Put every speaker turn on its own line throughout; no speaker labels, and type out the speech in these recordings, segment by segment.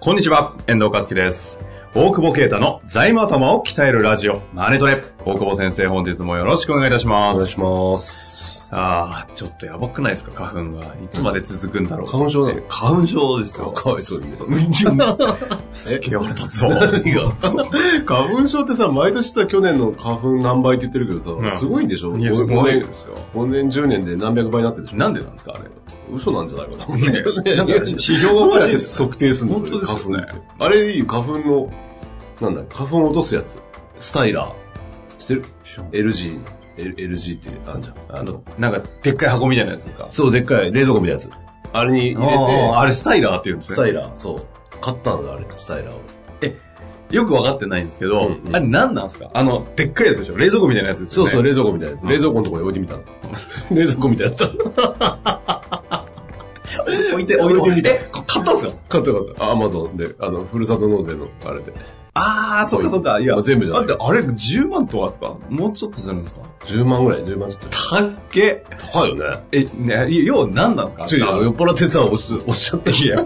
こんにちは、遠藤和樹です。大久保啓太の財務頭を鍛えるラジオ、マネトレ。大久保先生、本日もよろしくお願いいたします。
お願いします。
あー、ちょっとやばくないですか、花粉が。いつまで続くんだろう。
花粉症だよ
花粉症ですよ。
かわいそうにね。
すっげえ腹立 つわ。
何が花粉症ってさ、毎年さ、去年の花粉何倍って言ってるけどさ、
ん
すごいんでしょ
いやすごい
5
で
年、
すよ。
5年10年で何百倍になってるでしょ
なんでなんですか、あれ。
嘘なんじゃないかと思う
ね えなんか指標がおかしいです
測定するの
本当ですよね
それ花粉ってあれいいよ花粉の、なんだ、花粉を落とすやつ。スタイラー。知ってる ?LG の。L- LG ってあんじゃん。あの、
なんか、でっかい箱みたいなやつですか。
そう、でっかい冷蔵庫みたいなやつ。あれに入れて、
あーあれ、スタイラーって言うんです
ス
ね
タイラー。そう。買ったんだ、あれ、スタイラーを。
よくわかってないんですけど、
うんうん
あれ何なんですかあの、でっかいやつでしょ冷蔵庫みたいなやつです
そ
よ
う
ね。
そう、冷蔵庫みたいなやつ。
うん
冷蔵庫のところに置いてみたの。 冷蔵庫みたいだった。
う。置いて、置いてみて。え、こ買ったんですか
買った買った。アマゾンで、あの、ふるさと納税の、あれで。
あー、そっかそっか。いや
まあ、全部じゃ
だっ
ない
て。あれ10万とかですかもうちょっとするんですか
10万ぐらい、10万ちょっと。
たっけ
高いよね。
え、ね、要は何なんですか
ちょ、あの酔っ払ってさ、おっしおっしゃって。
いや、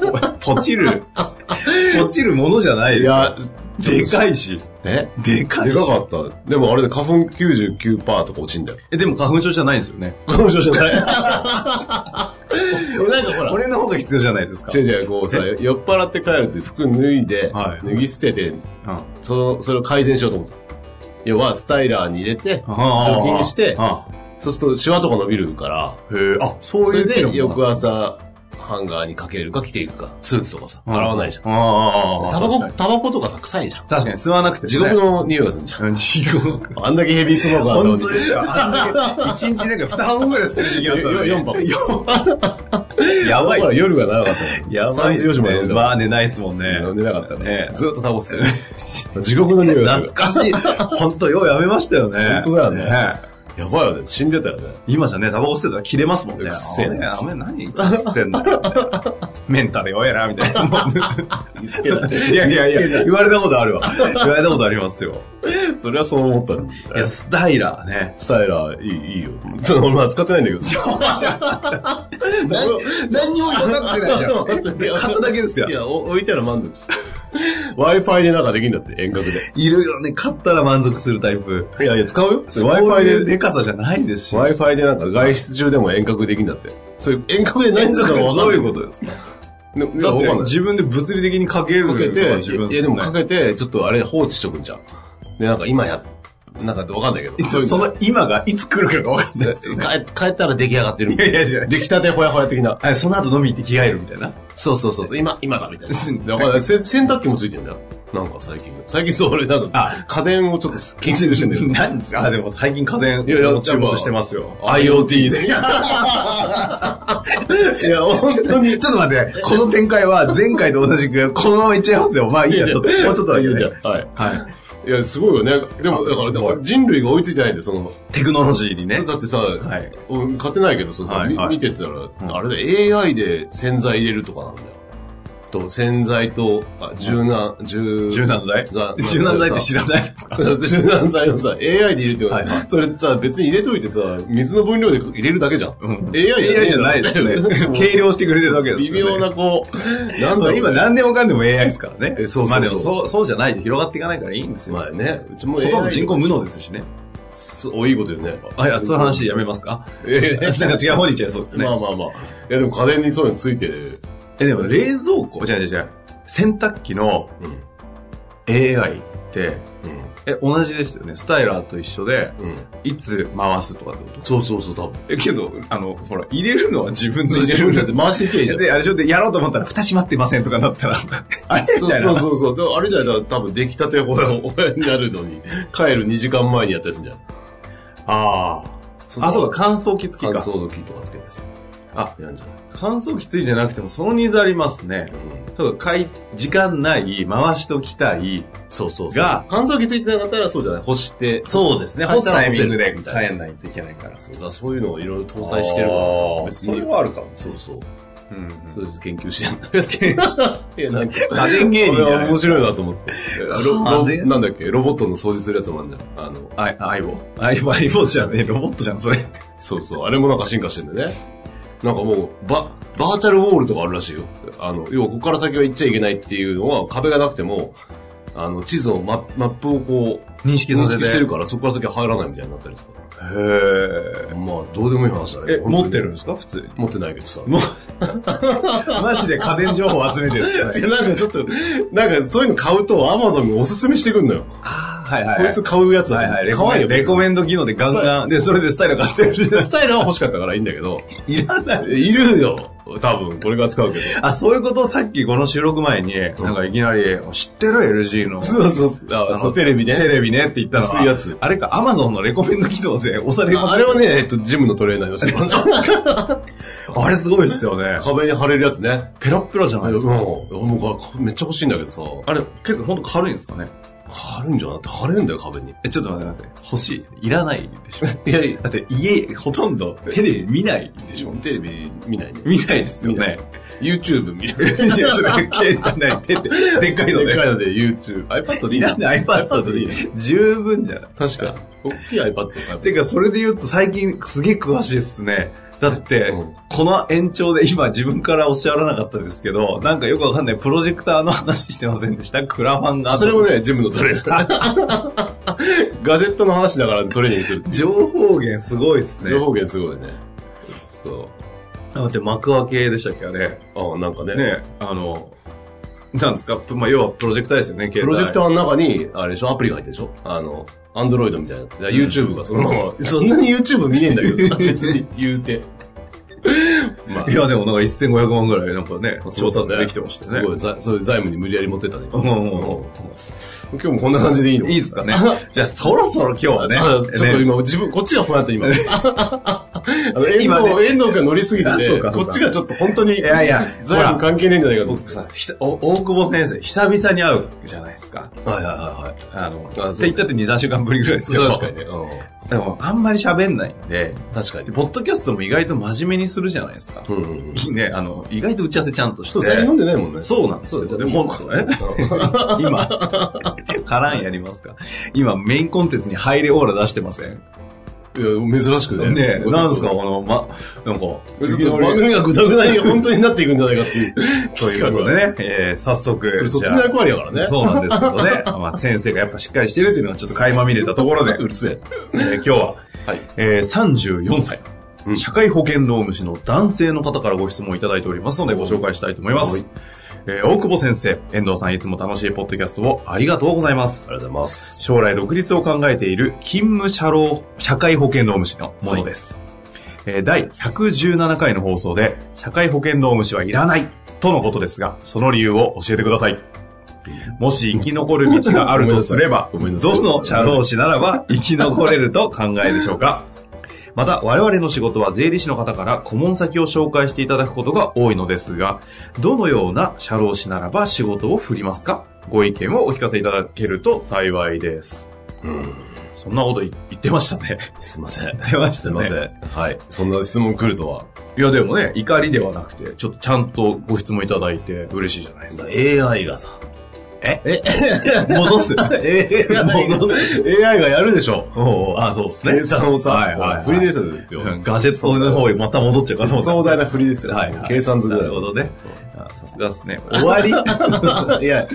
ポ チる、ポチるものじゃないよ。
や、
でかいし。
え
でか
で
いし
か。かった。でもあれで花粉99%とか落ちんだよ。
え、でも花粉症じゃないんですよね。
花粉症じ ゃない。なんかほら。
俺の方が必要じゃないですか。
違う違う、こうさ、酔っ払って帰ると服脱いで、
はい
脱ぎ捨てて、
うん
その、それを改善しようと思った。要は、スタイラーに入れて、
除
菌して
あ
そうするとシワとか伸びるから、
へーあ、そう
そ
い
れ
う機能も
で翌朝、ハンガーにかけるか着ていくか、スーツとかさ、洗わないじゃん。
ああああああ
タバ
確
コ
か、に
タバコとかさ、臭いじゃん。
確かに吸わなくて、
地獄。の匂いがするじゃん。
うん地獄。
あんだけヘビースモーカーなの
本
に
当。ですよ。あんだけ一日なんか2箱ぐらい捨てる時期あったのに。
よよん箱
よん箱。やばい
ほ。ら夜が長かったの。
やばい、ね。
3時4時まで飲んだ
まあ寝ないっすもんね。
飲んでなかったの
ね
ずっとタバコ吸って る。地獄の匂いが
懐
する。
かしい。本当ようやめましたよね。
本当だよねやばいよね。死んでたよね。
今じゃね、タバコ吸ってたら切れますもんね。
うっせえ
おめえ
な
おめえ何いつ吸ってんだよ。 メンタル弱えな、みたいな。も
言ってな
う
い
いやいやいや、言われたことあるわ。言われたことありますよ。
それはそう思ったの。
いや、スタイラーね。
スタイラー、いい、いいよ。その俺は使ってないんだけどさ。
何にも分かってないじゃ ん。買っただけですよ
い。や、お置いたら満足して。Wi-Fi でなんかできるんだって、遠隔で。
いるよね、買ったら満足するタイプ。
いやいや、使うよ。
そういう
Wi-Fi で
デ、カさじゃないですし。
Wi-Fi でなんか外出中でも遠隔できるんだって。そういう遠隔で何するか分か
ど
ん
う
ないいう
ことですか
と
だっ
だってて、自
自分で物理的にかける
分かけ
の
て、
が自分
いやでもか
ね
けて、ちょっとあれ放置しとくんじゃん。で、なんか今や、なんか分かんないけど。
その今がいつ来るかが分かんないですよね。
帰帰ったら出来上がってるみたい
いやいや
な。出来たてほやほや的な。
あその後飲み行って着替えるみたい な。
そうそうそうそう。今、今だみたいな。だから、せ洗濯機もついてんだよ。なんか最近。最近そう、俺なんか、家電をちょっと研究してんだよ。
なんですかあ、でも最近家電、
いやいや
注目してますよ。
IoT で。いや、
に。
本当に。
ちょっと待って、この展開は前回と同じく、このままいっちゃいますよ。まあいいや、ちょっと、もうちょっとだけ
じ
で
ゃ。はい。
はい。
いや、すごいよね。でも、だから、だから人類が追いついてないんで、その、
テクノロジーにね。
だってさ、
はい。
うん買ってないけど、そのさ、
はい
み
はい
見てたら、あれだ、AI で洗剤入れるとかなんだよ。と、洗剤と、あ、柔軟、柔
柔軟剤
ざ
柔軟剤って知らない ですか
柔軟剤をさ、AI で入れてよ
はいは
それさ、別に入れといてさ、水の分量で入れるだけじゃん。
ん
AI。
?AI じゃないですね 計量してくれてるわけです
微
よね。
妙なこう、なんだろう
今何でもかんでも AI ですからね。
えそうそうそう
まあでもそう、そうじゃないで広がっていかないからいいんですよ。
まあね、うちも
ほ
AI
とんど人口無能ですしね。
すおいいこと言うね。
あ、いや、その 話やめますか
え
なんか違う方に行っちゃいそうですね。
まあまあまあ。いや、でも家電にそういうのついてる。
え、でも冷蔵庫違う違う違う。洗濯機の
うん。
AI って、え、同じですよね。スタイラーと一緒で、
うん。うん。
いつ回すとかってこと
そうそうそう、多分。
え、けど、あの、ほら、入れるのは自分の
自分だって回していけばいいじゃん。
で、あれでしょで、やろうと思ったら、蓋閉まってませんとかなったら、あ れみ
そ
た
う
い
そ
な
う。そうそう。でもあれじゃないだから多分出来たてほやほやになるのに、帰る2時間前にやったやつじゃ
あ
ん。
あ。
その
あ、そうか、乾燥機付
乾
きか。
燥機とかつけてさ。
あ、
やんじゃない
乾燥機付いてなくても、そのニーズありますね。ただ、かい、時間ない、回しときたい。
そうそうそう。
が
乾燥機ついてなかったらそうじゃない。干して。干
干
し
す
たら
タイ
干
ミ
せ
ングで
るみたい
帰
な。
んないといけないから。
そうだ、そういうのをいろいろ搭載してるからさ
あー。
別
そ
に
れはあるかも。
そうそう。
うん。
そうです、研究してやんだけ ど。いや、なんか、
家電芸人じゃない
これは面白いなと思って。ロロ
家電
なんだっけ、ロボットの掃除するやつもあるじゃん。あの、
あ、相棒。相棒、相棒じゃねえ、ロボットじゃん、それ。
そうそう、あれもなんか進化してんだよね。なんかもう、バ、バーチャルウォールとかあるらしいよ。あの、要はここから先は行っちゃいけないっていうのは壁がなくても、あの、地図をマ、マップをこう、
認識
認
させ
識して
て
る。から、そこから先は入らないみたいになったりとか。
へ
まあ、どうでもいい話だね。
え。え、
本当に
持ってるんですか普 通に。
持ってないけどさ。
マジで家電情報集めて
い
る。
やなんかちょっと、なんかそういうの買うと、アマゾンがおすすめしてくんのよ。
ああ、はいはい。
こいつ買うやつだ
は
ね
いはい。レ
可
コ
愛
メ
い
ン
よ。
レコメンド機能でガンガン。で、それでスタイル買ってるし。
でスタイルは欲しかったからいいんだけど、
いらない。
いるよ。多分、これが使うけど。
あ、そういうことをさっきこの収録前に、なんかいきなり、知ってる ?LG の。
そうそうそう
あ
あ
の
そう、テレビね。
テレビねって言ったのは。
薄いやつ
あれか、アマゾンのレコメンド機能で押され
あ
ま
あれはね、えっと、ジムのトレーナー吉村さん。
あれすごいっすよね。
壁に貼れるやつね。
ペラッペラじゃ
う
ない
ん。
ですか。
もう、めっちゃ欲しいんだけどさ。
あれ、結構ほんと軽いんですかね。
貼るんじゃなくて貼れるんだよ、壁に。
え、ちょっと待ってください。欲しい。いらないでしょ。
いやいや、
だって家、ほとんどテレビ見ないでしょ。
テレビ見ないね。
見ないですよね。
YouTube 見
い
る。
や、それ、携帯ない。ででっかいの
でっか
で。
いので YouTube。iPad でい
い
い
ら
な。
ない iPad でいい。十分じゃない。
確か。大きい iPad
てか、それで言うと最近すげえ詳しいですね。だって
うん、
この延長で今自分からおっしゃらなかったですけど、なんかよくわかんないプロジェクターの話してませんでしたクラファンが。
あ、それもね、ジムのトレー ナー。ガジェットの話だからトレーニングする。
情報源すごいですね。
情報源すごいね。そう。
だって幕開けでしたっけあれ。
あなんかね。
ね、あの、なんですかプまあ、要はプロジェクターですよね、
プロジェクタ
ー。
ーの中に、あれでしょ、アプリが入ってるでしょあの、アンドロイドみたいな。だから YouTube がそのまま、そんなに YouTube 見ねえんだけ ど、別に言うて。まあ
い、や、でもなんか1500万ぐらいなんかね、調査できてました
す
ね
ご。い、ざそういう財務に無理やり持ってったね。
うんうんうん
今日もこんな感じでいいの
いいですかね。じゃあそろそろ今日はね
ああ。ちょっと
ね
今、自分、こっちが不安だった、今。あ の遠藤、
今ね
遠藤が乗りすぎて
あ
て、
そうかそう
こ
か
っちがちょっと本当に、
いやいや、
財務関係ねえんじゃないかと思って
僕さ、ひさお大久保先生、久々に会うじゃないですか。
はいはいはいはい。
あの、
あ
って
そう
言ったって2、3週間ぶりぐらいですけど。
確かにね。う
でも、あんまり喋んないんで、
ん確かに
で。ポッドキャストも意外と真面目にするじゃないですか。
うんうんうん。
ね、あの、意外と打ち合わせちゃんとして。
そう、最近飲んでないもんね。
そうなんですよ。で、本え 今、カランやりますか今、メインコンテンツに入れオーラ出してません
いや、珍しくね。
ねなんですかこの、ま、なんか、
ちょっと番組がぐたぐたに本当になっていくんじゃないかっていう。
ということでね、えー早速、
それ、そっち
じゃあ
の役割やからね。
そうなんですけどね。 まあ、先生がやっぱしっかりしてるっていうのがちょっと垣間見れたところで、
うるせえ。
えー今日は、
はい
えー34歳、
うん
社会保険労務士の男性の方からご質問いただいておりますので、ご紹介したいと思います。
はい
えー大久保先生、遠藤さんいつも楽しいポッドキャストをありがとうございます。
ありがとうございます。
将来独立を考えている勤務社労、社会保険労務士のものです。えー第117回の放送で、社会保険労務士はいらないとのことですが、その理由を教えてください。もし生き残る道があるとすれ ば、
ごめんなさい
どの社労士ならば生き残れると考えでしょうかまた、我々の仕事は税理士の方から顧問先を紹介していただくことが多いのですが、どのような社労士ならば仕事を振りますかご意見をお聞かせいただけると幸いです。
うん。
そんなこと言言ってましたね。
すいません。
言ってまし
す
た
いません。
ね。
はい。そんな質問来るとは。
いやでもね、怒りではなくて、ちょっとちゃんとご質問いただいて嬉しいじゃないですか。
AI がさ。
え
え
戻 す
AI が
戻
AI がやるでしょ。
おうあ、そうですね。
計算をさ、
はいはいはい
フリーですよ。
うんガジェットの方にまた戻っちゃうかと思った。
壮大なフリーですよ。
はいはい
計算ずく
な
だ
るほ
よ。
どね。あさすがですね。終わり
いや、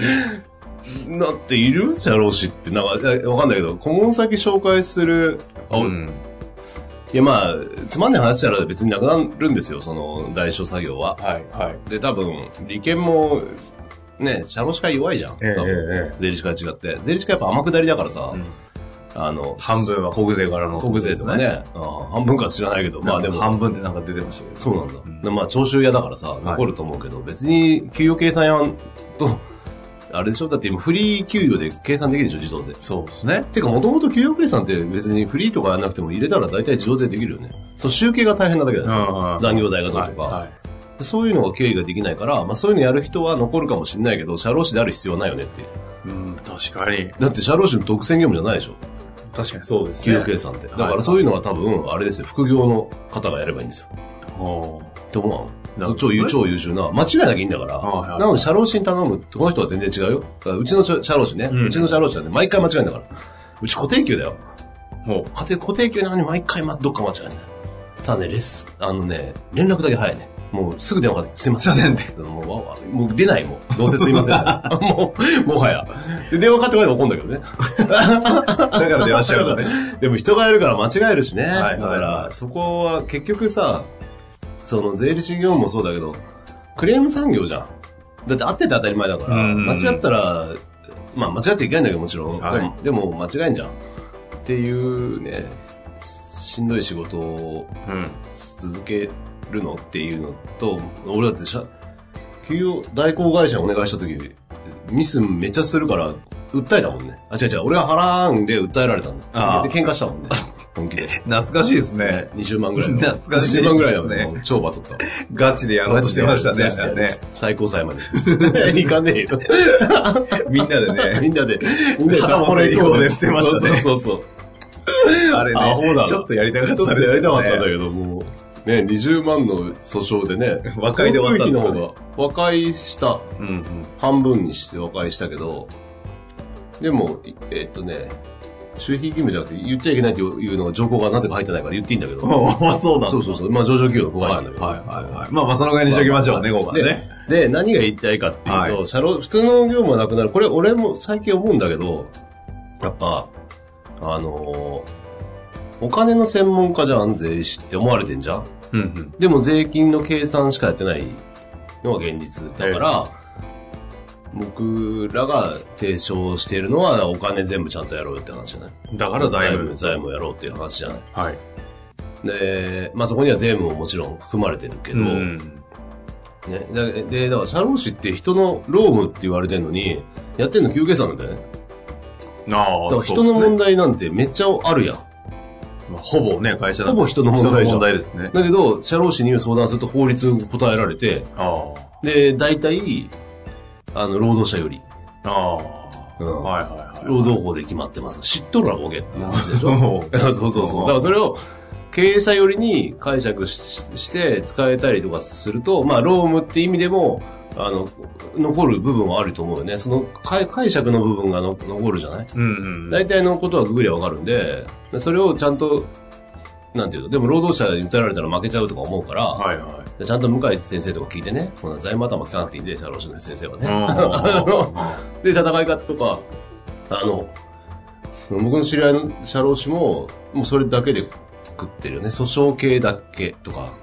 なっている社労士って、なんか、いやわかんないけど、顧問先紹介する、あ
うん。
いやまあ、つまんない話したら別になくなるんですよ、その代償作業は。
はい、はい。
で、多分、利権も、ね、社労士会弱いじゃん。
ええ
多分
え
税理士会違って。税理士会やっぱ天下りだからさ、
うん
あの、
半分は国税からの。
国税とかね。うん半分か知らないけど、ま
ま
あ
あ
で
でも。
も、
半分でなんか出てましたけど。
そうなんだ。
ん
でまあ、徴収屋だからさ、残ると思うけど、別に給与計算屋と、あれでしょだって今フリー給与で計算できるでしょ自動で。
そうですね。
てか、もともと給与計算って別にフリーとかやらなくても入れたら大体自動でできるよね。そう、集計が大変なだけだよ、ね
ん
残業代がどうとか、
はいはい
そういうのが経緯ができないから、まあそういうのやる人は残るかもしれないけど、社労士である必要はないよねっていう。
うん、確かに。
だって社労士の独占業務じゃないでしょ
確かにそうです
給
ね。
与計算って。だ
は
か
いは
ら
い
そういうのは多分、あれですよ、副業の方がやればいいんですよ。
おー
って思う
なるほ
なの
ど
超
ね
優超優秀な。間違いなきゃいいんだから。
はいはい
なので、社労士に頼むって、この人は全然違うよ。だからうちの社労士ね、
う
うんちの社労士はね、毎回間違えんだから。うち固定給だよ。
もう、
家庭固定給なのに毎回まどっか間違えない。ただね、レス、あのね、連絡だけ早いね。もうすぐ電話かけて、すいません。
すいません
って。もうわわ、もう出ないもん。どうせすいま せん、もう、もはや。で、電話かかってこないと怒んだけどね。
だから出ましゃるからね。
でも人がやるから間違えるしね。
はいはい
だから、そこは結局さ、その税理士業務もそうだけど、クレーム産業じゃん。だって合ってて当たり前だから、
うん
間違ったら、まあ間違っていけないんだけどもちろん、
はい
でもでも間違えんじゃん。っていうね、しんどい仕事を
うん。
続けるのっていうのと、俺だって社、給与代行会社にお願いした時、ミスめっちゃするから、訴えたもんね。あ、違う違う、俺は払うんで訴えられたんだ。
ああ
で、喧嘩したも んね。本気で。
懐かしいですね。
20万ぐらいの。
懐かしいですね
20万ぐらいの、もう超バトった。
ガチでやろうとしてましたね。ね
最高裁まで。 いかねえよ。
みんなでね、
みん なで、みんなで
肩これ行こうねって言ってましたね
そうそうそう。
あれ
アホだ
ね
な、
ちょっとやりたかっ
ちょ
た
っ
で
と
すよね
やりたかったんだけど、もう、ね、20万の訴訟でね、
和解で終わったんですよね
交通費の方が、和解した、
うんうん。
半分にして和解したけど、でも、いえっとね、周費義務じゃなくて言っちゃいけないっていうのが情報がなぜか入ってないから言っていいんだけど。
お そうなんだ
そうそうそう。まあ上場企業の子会社なんだけど。
はいはいはい。まあまあそのぐらいにしておきましょうね、
まあ
ここはね。
で。で、何が言いたいかっていう
は
と、社労普通の業務はなくなる。これ俺も最近思うんだけど、やっぱ、あのーお金の専門家じゃん、税理士って思われてんじゃん
うんうん。
でも税金の計算しかやってないのが現実だから、僕らが提唱しているのはお金全部ちゃんとやろうよって話じゃない
だから財
財務
務。
財務をやろうっていう話じゃない
はい。
で、まあそこには税務ももちろん含まれてるけ
う
ど、
ん。
ね、だで、だから、社労士って人の労務って言われてるのに、やってんの休憩さんなんだよね。
あ
だ
あ、
から人の問題なんてめっちゃあるやん。
そうですねまあほぼね、会社だ
ほぼ人の問題じゃ
人
ん
の問題ですね。
だけど、社労士に相談すると法律答えられて、
ああ。
で、大体、あの、労働者より、
ああ、
うん
はいはいはい。
労働法で決まってます。知っとるわ、ボケっていう話でしょ。
も
そうそうそう。だからそれを、経営者寄りに解釈しして使えたりとかすると、まあ、ロームって意味でも、あの、残る部分はあると思うよね。その解解釈の部分がの残るじゃない
うんうん。
大体のことはググりゃわかるんで、それをちゃんと、なんていうの、でも労働者に訴えられたら負けちゃうとか思うから、
はいは
ちゃんと向井先生とか聞いてね、こんな財務頭聞かなくていいんで、社労士の先生はね。
い。
で、戦い方とか、あの、僕の知り合いの社労士も、もうそれだけで食ってるよね。訴訟系だけとか、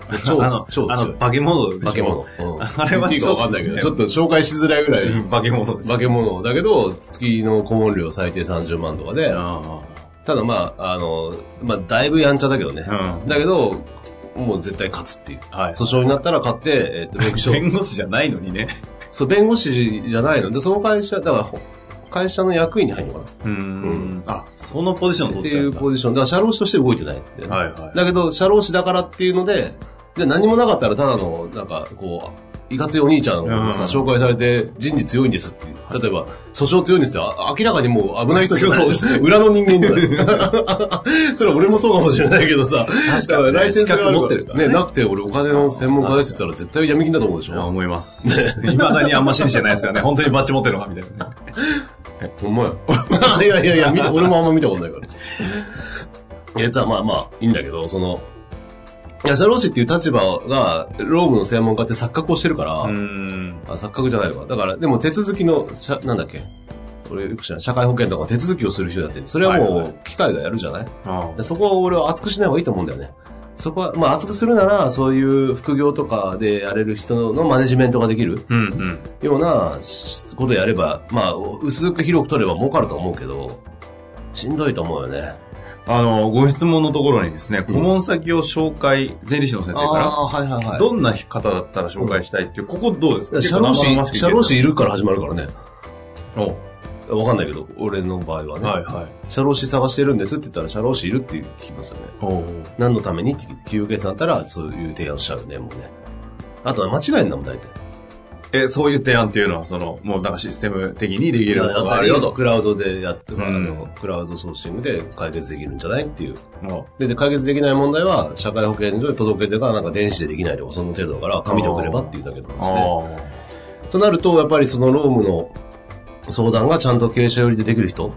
超、
あの、
超
あ
強い
の、。化け物でしょ
化け物。。う ん
あれは
言っていいかわかんないけど、
ち
ち
ょ
ょっと紹介しづらいぐらい、
うん化け物です。
化け物。だけど、月の顧問料最低30万とかで、
あ
ただまあ、あの、まあ、だいぶやんちゃだけどね。
うん
だけど、もう絶対勝つっていう。
あ。はい。
訴訟になったら勝って、えっと、弁護士を
弁護士じゃないのにね。
そう、弁護士じゃないの。で、その会社、だからほ、会社の役員に入るのか
うーん。あ、そのポジション
なっ
取
て
っちゃ
いううん
だ。
ポジション。だから、社労士として動いてないんだよね、
はいはい。
だけど、社労士だからっていうので、で、何もなかったら、ただの、なんか、こう、いかついお兄ちゃんをさ、
うん
紹介されて、人事強いんですっていう。例えば、訴訟強いんですって、あ明らかにもう危ない人じゃない
そう
裏の人間じゃ ない。それは俺もそうかもしれないけどさ、
確かにね
だらライセンスがあ
資格持ってるからね
ね。なくて、俺お金の専門家ですって言ったら、絶対闇金だと思うでし
いや
ょ。
思います。 未だにあんま信じてないですからね。本当にバッチ持ってるのかみたいなね。
ほんま や。いやいやいや見た、俺もあんま見たことないから。いや、じゃあまあまあ、いいんだけど、その、いや、社労士っていう立場が、労務の専門家って錯覚をしてるから、
うーん。
あ、錯覚じゃないのか。だから、でも手続きの、社なんだっけ俺、よく知らない社会保険とかの手続きをする人だって、それは
はい
も
は
う、機械がやるじゃない、
あ
でそこは俺は厚くしない方がいいと思うんだよね。そこは、まあ厚くするなら、そういう副業とかでやれる人のマネジメントができる
うんうん。
ようなことやれば、まあ、薄く広く取れば儲かると思うけど、しんどいと思うよね。
あの、ご質問のところにですね、顧問先を紹介、税理士の先生か
あー、はいはい
ら、
ど
どんな方だったら紹介したいっていう、ここどうですか
社労士、社労士
い
いるから始まるからね。
お
わかんないけど、俺の場合はね。
はいはい。
社労士探してるんですって言ったら、社労士いるって聞きますよね。
お
何のためにって聞いて、休憩さんだったら、そういう提案しちゃうね、もうね。あとは間違えんだもん、大体。
え、そういう提案っていうのは、その、もうなんかシステム的にできるものがあるよと。
クラウドでやって、
うん
あのクラウドソーシングで解決できるんじゃないっていう。
お
で、で解決できない問題は、社会保険所で届けてが、なんか電子でできないとか、その程度だから、紙で送ればっていうだけなんですね。
あ
となると、やっぱりそのロームの相談がちゃんと経営者寄りでできる人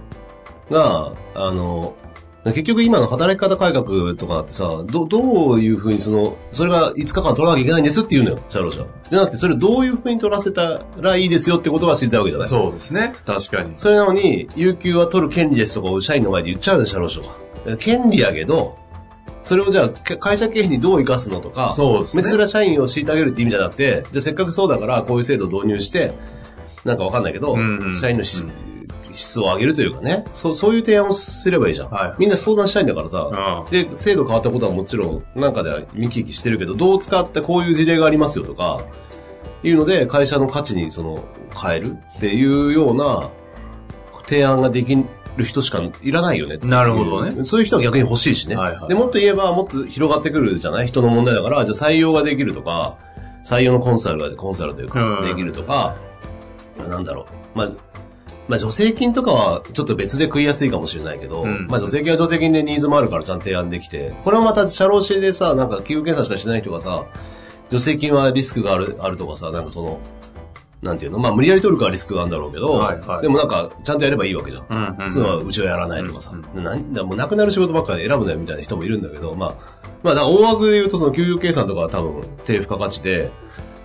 が、あの、結局今の働き方改革とかってさ、ど、どういうふうにその、それが5日間取らなきゃいけないんですって言うのよ、社労士は。じゃなくて、それをどういうふうに取らせたらいいですよってことが知りたいわけじゃな
ー
い
そうですね。確かに。
それなのに、有給は取る権利ですとかを社員の前で言っちゃうの、社労士は。え権利やけど、それをじゃあけ会社経費にどう生かすのとか、
そうですね
別な社員を虐げるって意味じゃなくて、じゃあせっかくそうだからこういう制度を導入して、なんかわかんないけど、
うんうん
社員の質,、質を上げるというかねそう、そういう提案をすればいいじゃん。
はい
みんな相談したいんだからさ、
あ
で、制度変わったことはもちろん、なんかでは見聞きしてるけど、どう使ってこういう事例がありますよとか、いうので、会社の価値にその、変えるっていうような、提案ができる人しかいらないよねっていう
なるほどね。
そういう人は逆に欲しいしね。
はいはい
で、もっと言えば、もっと広がってくるじゃない人の問題だから、じゃあ採用ができるとか、採用のコンサルが、コンサルという
う
か、
ん
できるとか、まあなんだろう。まあ、まあ助成金とかはちょっと別で食いやすいかもしれないけど、
うん
まあ助成金は助成金でニーズもあるからちゃんと提案できて、これはまた社労士でさ、なんか給付検査しかしない人がさ、助成金はリスクがある、あるとかさ、なんかその、なんていうのまあ無理やり取るからリスクがあるんだろうけど、
はいはい
でもなんかちゃんとやればいいわけじゃん。
うんうん
そういうのはうちはやらないとかさ、なんだもうなくなる仕事ばっかり選ぶなよみたいな人もいるんだけど、まあ、まあだから大枠で言うとその給与計算とかは多分低付加価値で、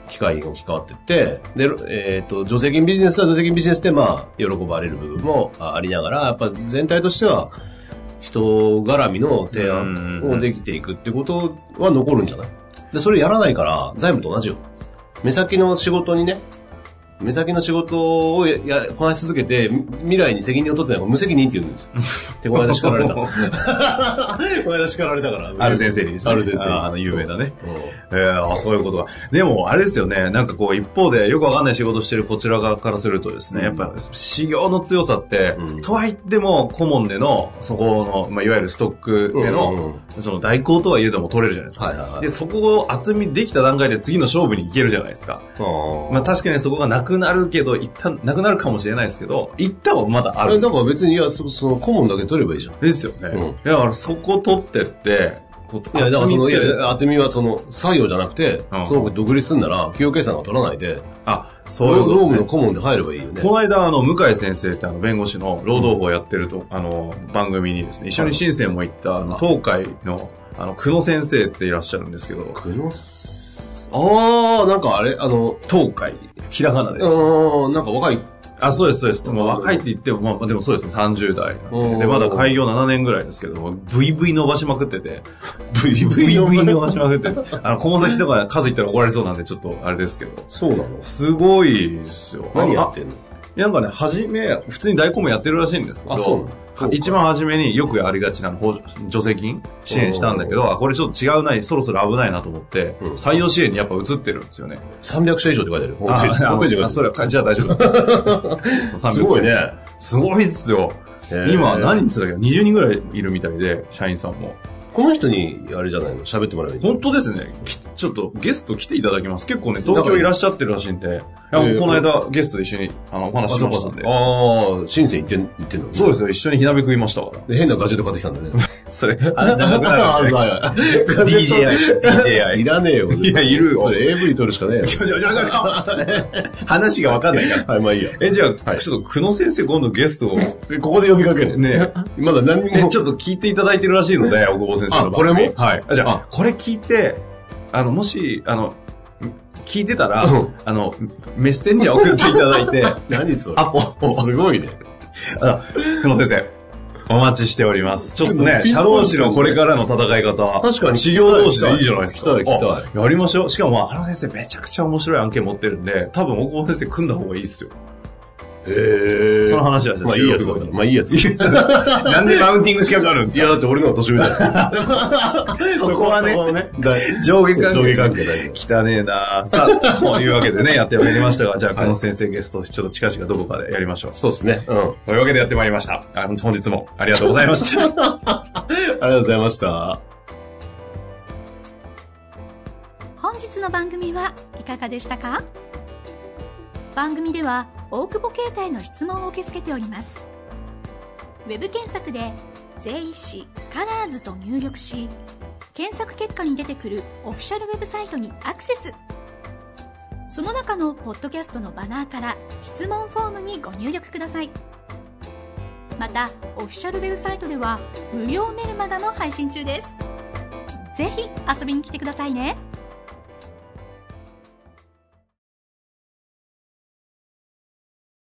機械に置き換わってって、で、えっ、と、助成金ビジネスは助成金ビジネスで、まあ、喜ばれる部分もあありながら、やっぱ全体としては、人絡みの提案をできていくってことは残るんじゃないで、それやらないから、財務と同じよ。目先の仕事にね、目先の仕事をややこなし続けて、み未来に責任を取ってないから無責任って言 うんですよ。ってこの間叱られた。この間叱られたから。
ある先生にですね
ある先生に
ああの有名なね。
そううん
えー、あそういうことが。でも、あれですよね。なんかこう、一方で、よくわかんない仕事してるこちら側からするとですね、
うん
やっぱ、修行の強さって、
うん
とはいっても、顧問での、そこの、まあ、いわゆるストックでの、
うんうん
その、代行とはいえども取れるじゃないですか。
はいはいはい
で、。そこを厚みできた段階で次の勝負に行けるじゃないですか。
あ
まあ、確かにそこがなくなるけど、一旦、なくなるかもしれないですけど、一旦はまだあ
あれ、
る。
だから別に、いや、そその、顧問だけ取ればいいじゃん。
ですよね。
うん
いやだから、そこ取ってって、こう
いや、だから
厚
そ
み
の、
つけ
い
て
や、厚みはその、作業じゃなくて、
うん
その独立するなら、企業計算が取らないで、
あ、そういう
ロ
こと、
ームの顧問で入ればいいよね。
この間、あの、向井先生ってあの、弁護士の労働法をやってると、あの、番組にですね、一緒に深センも行った、あの、東海の、あの、久野先生っていらっしゃるんですけど、
クノスああ、なんかあれ、あの、
東海、ひらがな
う
です。
ーん、なんか若い、
あ、そうです、そうです。もう若いって言っても、まあ、でもそうですね、30代なん
う
で。
ん
で、まだ開業7年ぐらいですけども、VV 伸ばしまくってて、
VV
伸ばしまくってて、あの、小崎とか数言ったら怒られそうなんで、ちょっとあれですけど。
そうなの
すごいですよ。
何やってんの
なんかね、初め、普通に大根もやってるらしいんですけど、
あそうなの
一番初めによくありがちな補助助成金支援したんだけ
お
ど、あ、これちょっと違うな、そろそろ危ないなと思って、
うん
採用支援にやっぱ移ってるんですよね。
?300 社以上って書いてある。ホ ームページ
あ
ホームページが
あそれは、じゃあ大丈夫。 そう
すごい。
300
ね。
すごいっすよ。 今、何人っつったっけ ?20 人ぐらいいるみたいで、社員さんも。
この人に、あれじゃないの喋ってもらえばいい
本当ですね。きちょっとゲスト来ていただきます。結構ね、東京いらっしゃってるらしいんで、いや
え
この間ゲストで一緒にあのお話ししましたんで。
ああ、深セン行ってん、行ってんの。
そうですすよ、一緒に火鍋食いましたから。
で変なガジェット買ってきたんだね。
それ、
あ
話長く なる、ね。
ガジェット
DJI、
い
DJI。
らねえよ。
いやいるよ
それ AV 撮るしかねえよ。
ちょちょちょちょちょ話がわかんないから。
はい、まあいいや。
え、じゃあ、
はい
ちょっと、久野先生今度ゲストを、
えここで呼びかける
ね。
まだ何
え
も。
ちょっと聞いていただいてるらしいので、大久保先生の
あこれも
はい。あじゃあ
あ
これ聞いて、あの、もし、あの、聞いてたら、
うん
あの、メッセンジャー送っていただい て、
何それ
アポ、
すごいね。
あ久野先生。お待ちしております。ちょっとね、
ピン
社
ポイント
労士のこれからの戦い方は、
確かに
修行同士でいいじゃないですか。
来たい来たい
あやりましょう。しかも、原先生めちゃくちゃ面白い案件持ってるんで、多分大久保先生組んだ方がいいですよ。
えへえ
その話はじゃあ
まあいいやつだった。まあいい やつ。い
なんでマウンティング資格あるんです
や、
か
だって俺の方が年上だよ。
そこはね
そこは大
上下関係。
上下関係大丈
汚ねえなさあ、というわけ でね、やってまいりましたが、じゃあ、この先生ゲスト、ちょっと近々どこかでやりましょう。
そうですね。うん。あ
というわけでやってまいりました。あ本日もありがとうございま した。
りがとうございました。
本日の番組はいかがでしたか番組では大久保携帯の質問を受け付けておりますウェブ検索で「税理士カラーズと入力し検索結果に出てくるオフィシャルウェブサイトにアクセスその中のポッドキャストのバナーから質問フォームにご入力くださいまたオフィシャルウェブサイトでは無料メルマガも配信中ですぜひ遊びに来てくださいね